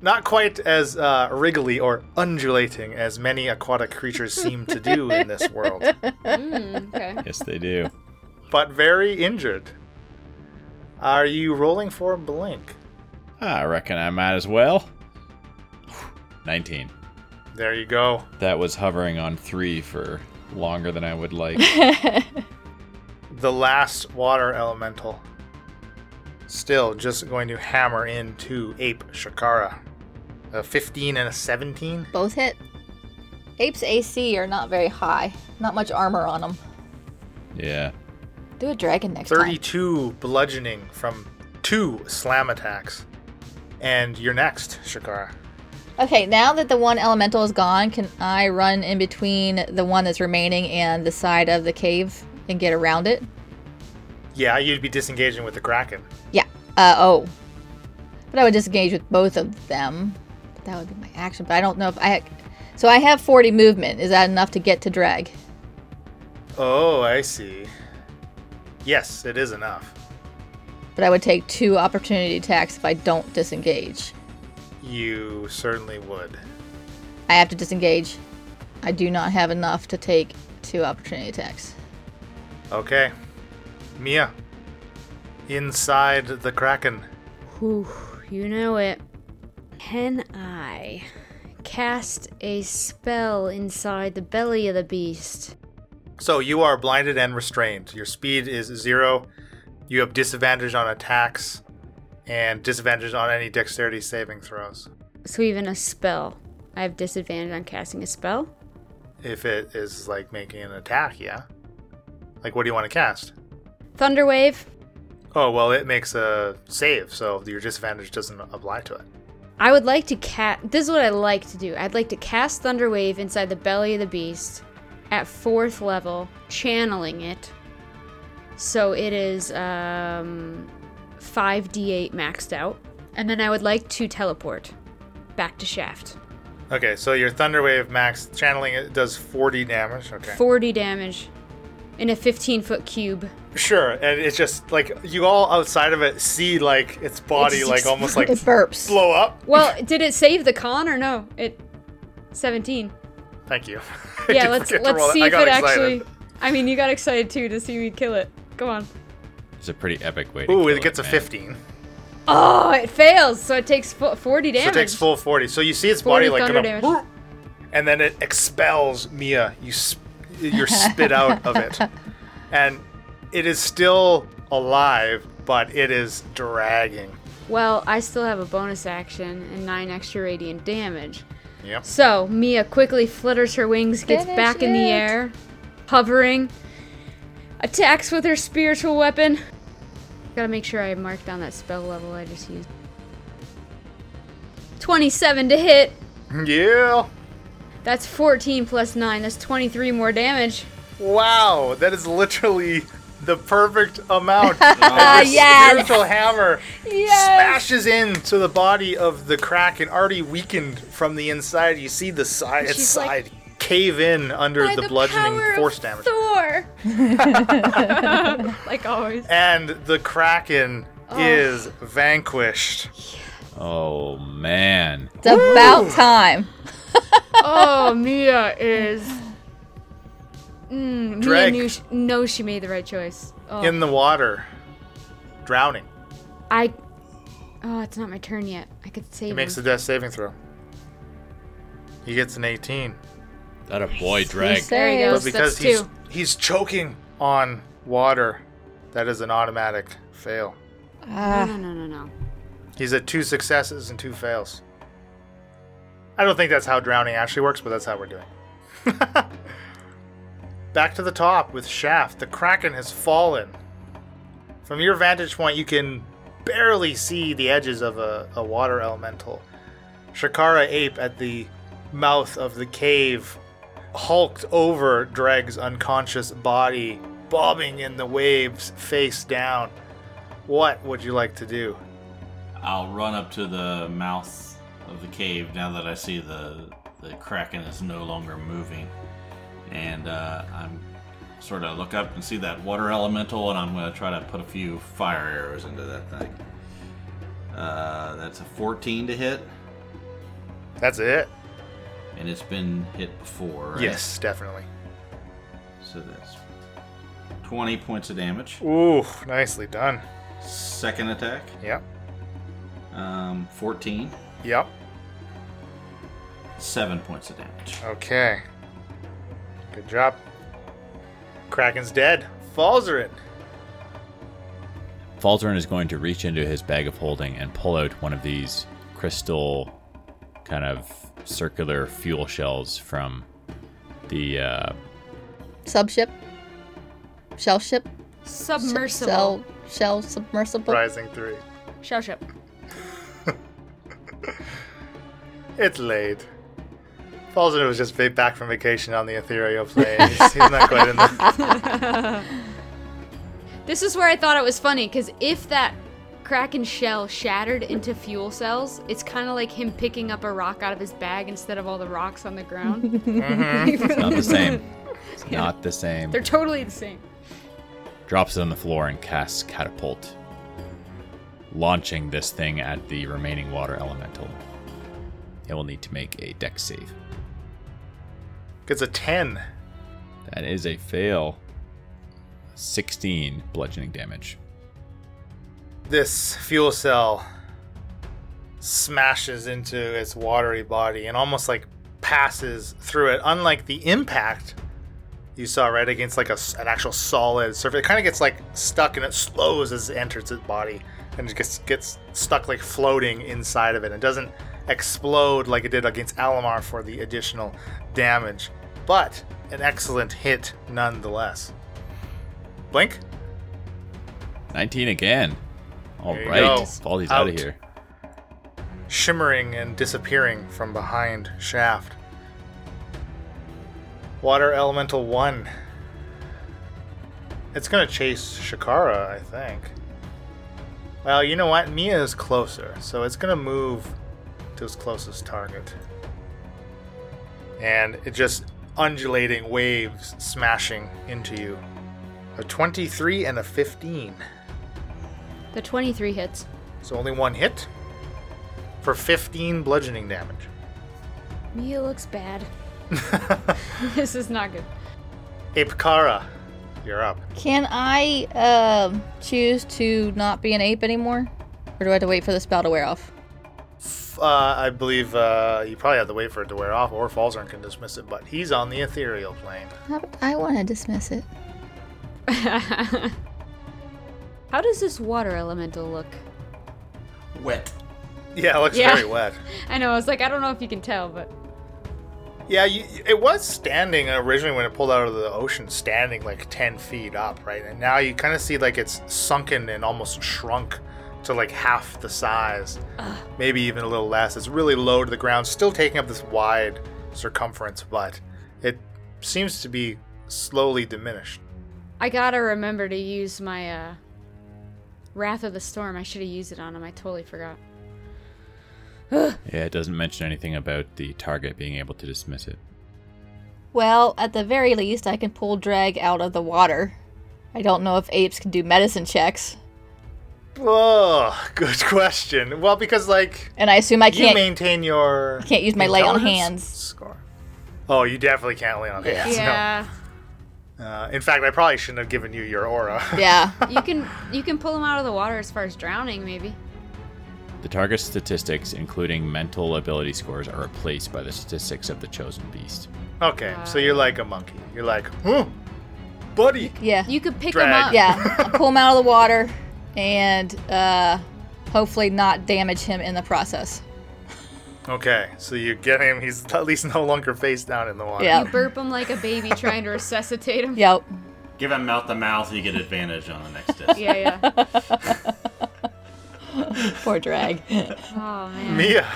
S2: Not quite as uh, wriggly or undulating as many aquatic creatures seem to do in this world,
S1: mm, okay.
S3: Yes, they do.
S2: but very injured. Are you rolling for Blink?
S3: Ah, I reckon I might as well. 19.
S2: There you go.
S3: That was hovering on three for longer than I would like.
S2: The last water elemental. Still just going to hammer into Ape Shakara. A 15 and a 17?
S4: Both hit.
S7: Apes AC are not very high. Not much armor on them.
S3: yeah.
S7: Do a dragon next time.
S2: 32 bludgeoning from two slam attacks. And you're next, Shakara.
S7: Okay, now that the one elemental is gone, can I run in between the one that's remaining and the side of the cave and get around it?
S2: Yeah, you'd be disengaging with the Kraken.
S7: Yeah. Uh oh. But I would disengage with both of them. But that would be my action. But I don't know if I. So I have 40 movement. Is that enough to get to drag?
S2: Oh, I see. Yes, it is enough.
S7: But I would take two opportunity attacks if I don't disengage.
S2: You certainly would.
S7: I have to disengage. I do not have enough to take two opportunity attacks.
S2: Okay. Mia. Inside the Kraken.
S1: Whew, you know it. Can I cast a spell inside the belly of the beast?
S2: So you are blinded and restrained. Your speed is zero. You have disadvantage on attacks and disadvantage on any dexterity saving throws.
S1: So even a spell, I have disadvantage on casting a spell.
S2: If it is like making an attack, yeah. Like, what do you want to cast?
S1: Thunderwave.
S2: Oh, well, it makes a save, so your disadvantage doesn't apply to it.
S1: I would like to cat. This is what I like to do. I'd like to cast Thunderwave inside the belly of the beast, at fourth level, channeling it. So it is um, five d8 maxed out, and then I would like to teleport back to Shaft.
S2: Okay, so your Thunder Wave max channeling it does 40 damage. Okay.
S1: Forty damage, in a fifteen foot cube.
S2: Sure, and it's just like you all outside of it see like its body
S1: It's-
S2: like almost like
S7: It burps.
S2: blow up.
S1: Well, did it save the con or no? It seventeen.
S2: Thank you. I
S1: Yeah,
S2: did
S1: let's
S2: forget to roll
S1: let's see
S2: I
S1: if
S2: got
S1: it
S2: excited.
S1: actually. I mean, you got excited too to see me kill it. Come on.
S3: It's a pretty epic way to
S2: Ooh,
S3: kill
S2: it gets a
S3: man.
S2: 15.
S1: Oh, it fails, so it takes fu- 40
S2: So
S1: damage.
S2: it takes full 40. So you see its
S1: 40
S2: body like
S1: thunder
S2: gonna,
S1: damage.
S2: and then it expels Mia. You sp- you're spit out of it, and it is still alive, but it is dragging.
S1: Well, I still have a bonus action and 9 extra radiant damage.
S2: Yep.
S1: So, Mia quickly flutters her wings, gets
S7: Finish
S1: back in the
S7: it.
S1: air, hovering, attacks with her spiritual weapon. Gotta make sure I mark down that spell level I just used. 27 to hit.
S2: Yeah.
S1: That's 14 plus 9. That's 23 more damage.
S2: Wow, that is literally the perfect amount.
S5: Oh,
S2: Your
S7: yes.
S2: spiritual hammer
S7: Yes.
S2: smashes into the body of the kraken, already weakened from the inside. You see the side, its
S1: She's like,
S2: side cave in under
S1: By
S2: the, bludgeoning
S1: power of
S2: force damage,
S1: Thor! like always.
S2: and the kraken
S1: Oh.
S2: is vanquished.
S3: Oh, man.
S7: It's about time.
S1: oh, Mia is. Mm, Mia
S2: Drake.
S1: knew sh knows she made the right choice. Oh,
S2: in the water, drowning.
S1: I. Oh, it's not my turn yet. I could save.
S2: He
S1: him.
S2: makes the death saving throw. He gets an 18.
S3: That a boy drag.
S1: There he goes.
S2: But because
S1: That's
S2: he's
S1: two.
S2: he's choking on water, that is an automatic fail.
S1: No, no, no, no, no.
S2: He's at two successes and two fails. I don't think that's how drowning actually works, but that's how we're doing. Back to the top with Shaft. The Kraken has fallen. From your vantage point, you can barely see the edges of a, a water elemental. Shakara Ape at the mouth of the cave hulked over Dreg's unconscious body, bobbing in the waves face down. What would you like to do?
S5: I'll run up to the mouth of the cave now that I see the the kraken is no longer moving, and uh, I'm sort of look up and see that water elemental, and I'm gonna try to put a few fire arrows into that thing. Uh, that's a 14 to hit,
S2: That's it?
S5: and it's been hit before. right?
S2: Yes, definitely.
S5: So that's 20 points of damage.
S2: Ooh, nicely done.
S5: Second attack,
S2: Yep.
S5: um, 14,
S2: Yep.
S5: seven points of damage.
S2: Okay. Good job. Kraken's dead. Falls are in.
S3: Falzern is going to reach into his bag of holding and pull out one of these crystal, kind of circular fuel shells from the uh,
S7: Sub ship? Shell ship?
S1: Submersible.
S7: Shell, shell
S4: Oh.
S7: submersible?
S2: Rising three.
S1: Shell ship.
S2: It's late. Falzern was just va- back from vacation on the Ethereal plane. he's, he's not quite in the.
S1: This is where I thought it was funny because if that kraken shell shattered into fuel cells, it's kind of like him picking up a rock out of his bag instead of all the rocks on the ground.
S3: it's not the same. It's not the same.
S1: They're totally the same.
S3: drops it on the floor and casts catapult, launching this thing at the remaining water elemental. It will need to make a deck save.
S2: Gets a 10.
S3: That is a fail. 16 bludgeoning damage.
S2: This fuel cell smashes into its watery body and almost like passes through it. Unlike the impact you saw right against like a s an actual solid surface, it kind of gets like stuck and it slows as it enters its body and it gets gets stuck like floating inside of it. It doesn't explode like it did against Alamar for the additional damage, but an excellent hit nonetheless. Blink.
S3: 19 again. All
S2: There you
S3: right,
S2: go.
S3: Baldi's out of
S2: Out.
S3: here.
S2: shimmering and disappearing from behind shaft. Water Elemental 1. It's gonna chase Shakara, I think. Well, you know what? Mia is closer, so it's gonna move to its closest target. And it just undulating waves smashing into you. A 23 and a 15.
S1: The 23 hits.
S2: So only one hit for 15 bludgeoning damage.
S1: Mia looks bad. this is not good.
S2: Apekara, you're up.
S7: Can I um choose to not be an ape anymore? Or do I have to wait for the spell to wear off?
S2: F- Uh, I believe uh, you probably have to wait for it to wear off, or Falzern can dismiss it, but he's on the ethereal plane.
S7: I- I want to dismiss it.
S1: How does this water elemental look?
S5: Wet.
S2: Yeah, it looks
S1: Yeah.
S2: very wet.
S1: I know, I was like, I don't know if you can tell, but
S2: Yeah, you, it was standing originally when it pulled out of the ocean, standing like 10 feet up, right? And now you kind of see like it's sunken and almost shrunk to like half the size, maybe even a little less. It's really low to the ground, still taking up this wide circumference, but it seems to be slowly diminished.
S1: I gotta remember to use my uh, Wrath of the Storm. I should have used it on him. I totally forgot.
S3: Yeah, it doesn't mention anything about the target being able to dismiss it.
S7: Well, at the very least, I can pull drag out of the water. I don't know if apes can do medicine checks,
S2: Oh, good question. Well, because like
S7: and I assume I
S2: you
S7: can't.
S2: maintain your
S7: can't use my lay on
S2: intelligence
S7: hands.
S2: score. Oh, you definitely can't lay on hands.
S1: Yeah,
S2: No. Uh, in fact, I probably shouldn't have given you your aura.
S7: yeah,
S1: you can you can pull him out of the water as far as drowning, maybe.
S3: The target's statistics, including mental ability scores, are replaced by the statistics of the chosen beast.
S2: okay, so you're like a monkey. You're like, huh, buddy.
S7: yeah,
S1: You could pick him
S2: Drag.
S1: up.
S7: yeah. I'll pull him out of the water, and uh, hopefully not damage him in the process.
S2: Okay, so you get him. He's at least no longer face down in the water.
S7: Yeah.
S1: You burp him like a baby trying to resuscitate him.
S7: Yep.
S5: Give him mouth to mouth, you get advantage on the next test.
S1: Yeah, yeah.
S7: Poor drag.
S1: Oh man.
S2: Mia,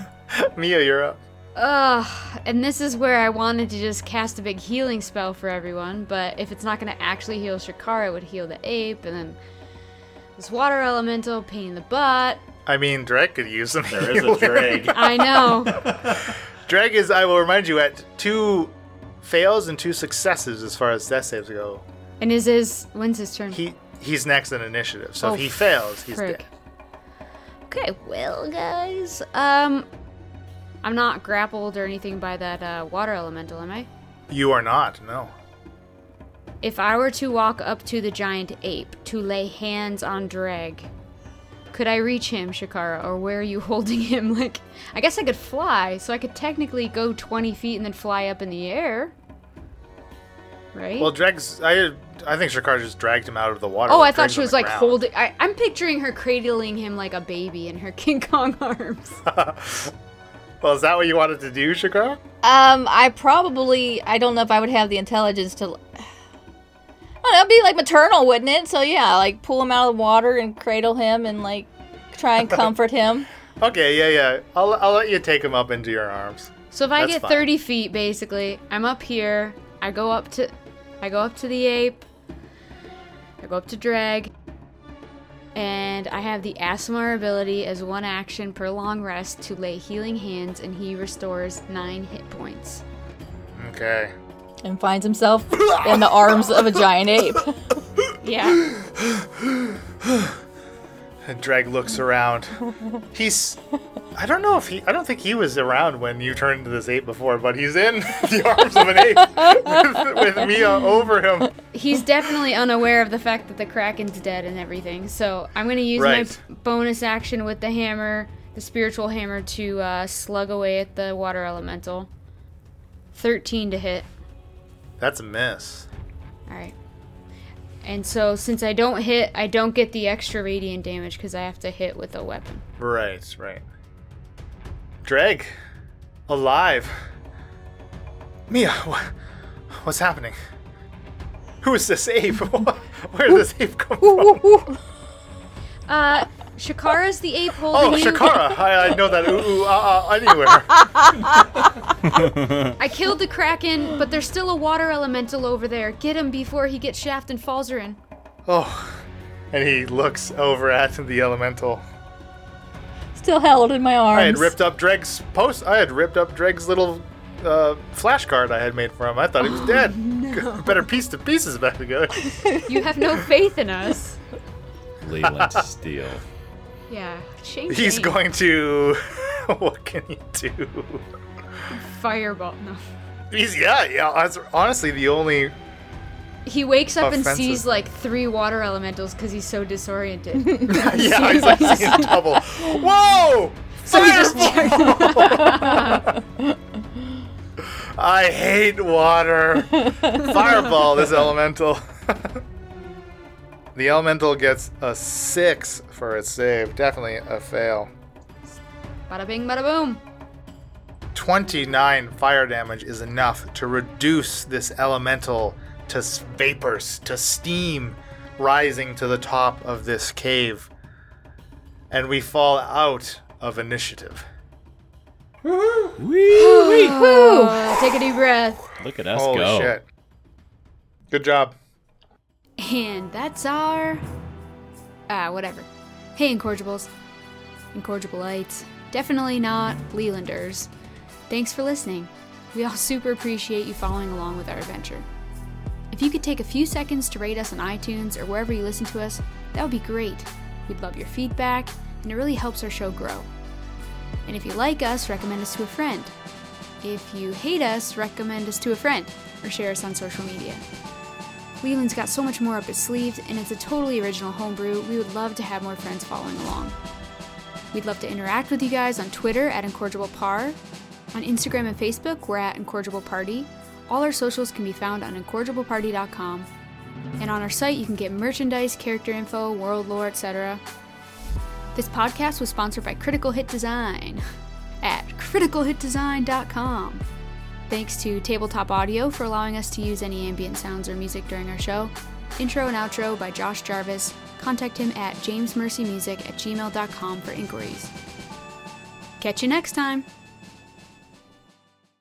S2: Mia, you're up.
S1: Ugh. And this is where I wanted to just cast a big healing spell for everyone, but if it's not gonna actually heal Shakara, it would heal the ape, and then this water elemental pain in the butt.
S2: I mean, Dreg could use them.
S5: There is a drag.
S1: I know.
S2: Dreg is, I will remind you, at two fails and two successes as far as death saves go.
S1: And is his when's his turn?
S2: He he's next in initiative, so
S1: Oh,
S2: if he fails, he's
S1: frick.
S2: dead.
S1: Okay, well, guys, um, I'm not grappled or anything by that uh, water elemental, am I?
S2: You are not. No.
S1: If I were to walk up to the giant ape to lay hands on Dreg, could I reach him, Shakara, or where are you holding him? Like, I guess I could fly, so I could technically go 20 feet and then fly up in the air. Right?
S2: Well, Dreg's. I I think Shakar just dragged him out of the water.
S1: oh,
S2: but
S1: I thought
S2: Dreg's
S1: she
S2: on
S1: was
S2: the
S1: like
S2: ground.
S1: holding. I, I'm picturing her cradling him like a baby in her King Kong arms.
S2: Well, is that what you wanted to do, Shakar?
S7: Um, I probably I don't know if I would have the intelligence to. I don't know, it'd be like maternal, wouldn't it? So yeah, like pull him out of the water and cradle him and like try and comfort him.
S2: Okay, yeah, yeah. I'll I'll let you take him up into your arms.
S1: So if I
S2: That's
S1: get
S2: fine.
S1: 30 feet, basically, I'm up here. I go up to, I go up to the ape. I go up to drag, and I have the Asimar ability as one action per long rest to lay healing hands, and he restores nine hit points.
S2: Okay.
S7: And finds himself in the arms of a giant ape.
S1: Yeah.
S2: And Dreg looks around. He's. I don't know if he. I don't think he was around when you turned to this ape before, but he's in the arms of an ape with, with Mia over him.
S1: He's definitely unaware of the fact that the Kraken's dead and everything. So I'm gonna use
S2: Right.
S1: my bonus action with the hammer, the spiritual hammer, to uh, slug away at the water elemental. 13 to hit.
S2: That's a miss.
S1: All right. And so since I don't hit, I don't get the extra radiant damage because I have to hit with a weapon.
S2: Right, right. Dreg, alive. Mia, wha what's happening? Who is this ape? Where did this ape come from?
S1: Uh, Shakara's the ape holding
S2: Oh,
S1: you.
S2: Shakara! I, I know that ooh ooh ah ah anywhere.
S1: I killed the kraken, but there's still a water elemental over there. Get him before he gets shaft and falls in.
S2: Oh, and he looks over at the elemental.
S7: Still held in my arms.
S2: I had ripped up Dreg's post. I had ripped up Dreg's little uh, flashcard I had made for him. I thought he was dead. Better piece to pieces back together.
S1: You have no faith in us.
S3: Leland Steel.
S1: Yeah. Shame.
S2: He's
S1: shame.
S2: going to. what can he do?
S1: fireball. No.
S2: He's yeah yeah. That's honestly the only.
S1: He wakes up and
S2: Offensive.
S1: sees like three water elementals because he's so disoriented.
S2: Yeah, he's like seeing double. Whoa!
S1: so he just
S2: I hate water. Fireball this elemental. the elemental gets a six for its save. Definitely a fail.
S1: bada bing, bada boom.
S2: 29 fire damage is enough to reduce this elemental to s- vapors, to steam rising to the top of this cave. And we fall out of initiative.
S1: Uh, take a deep breath.
S3: Look at us
S2: Holy
S3: go.
S2: shit. Good job.
S1: And that's our. Ah, whatever. Hey, incorrigibles. Incorrigiblites. Definitely not Lelanders. Thanks for listening. We all super appreciate you following along with our adventure. If you could take a few seconds to rate us on iTunes or wherever you listen to us, that would be great. We'd love your feedback, and it really helps our show grow. And if you like us, recommend us to a friend. If you hate us, recommend us to a friend or share us on social media. Leland's got so much more up his sleeves, and it's a totally original homebrew. We would love to have more friends following along. We'd love to interact with you guys on Twitter at IncorrigiblePar, on Instagram and Facebook, we're at IncorrigibleParty. All our socials can be found on incorrigibleparty.com, and on our site you can get merchandise, character info, world lore, etc. This podcast was sponsored by Critical Hit Design at criticalhitdesign.com. Thanks to Tabletop Audio for allowing us to use any ambient sounds or music during our show. Intro and outro by Josh Jarvis. Contact him at jamesmercymusic at gmail.com for inquiries. Catch you next time!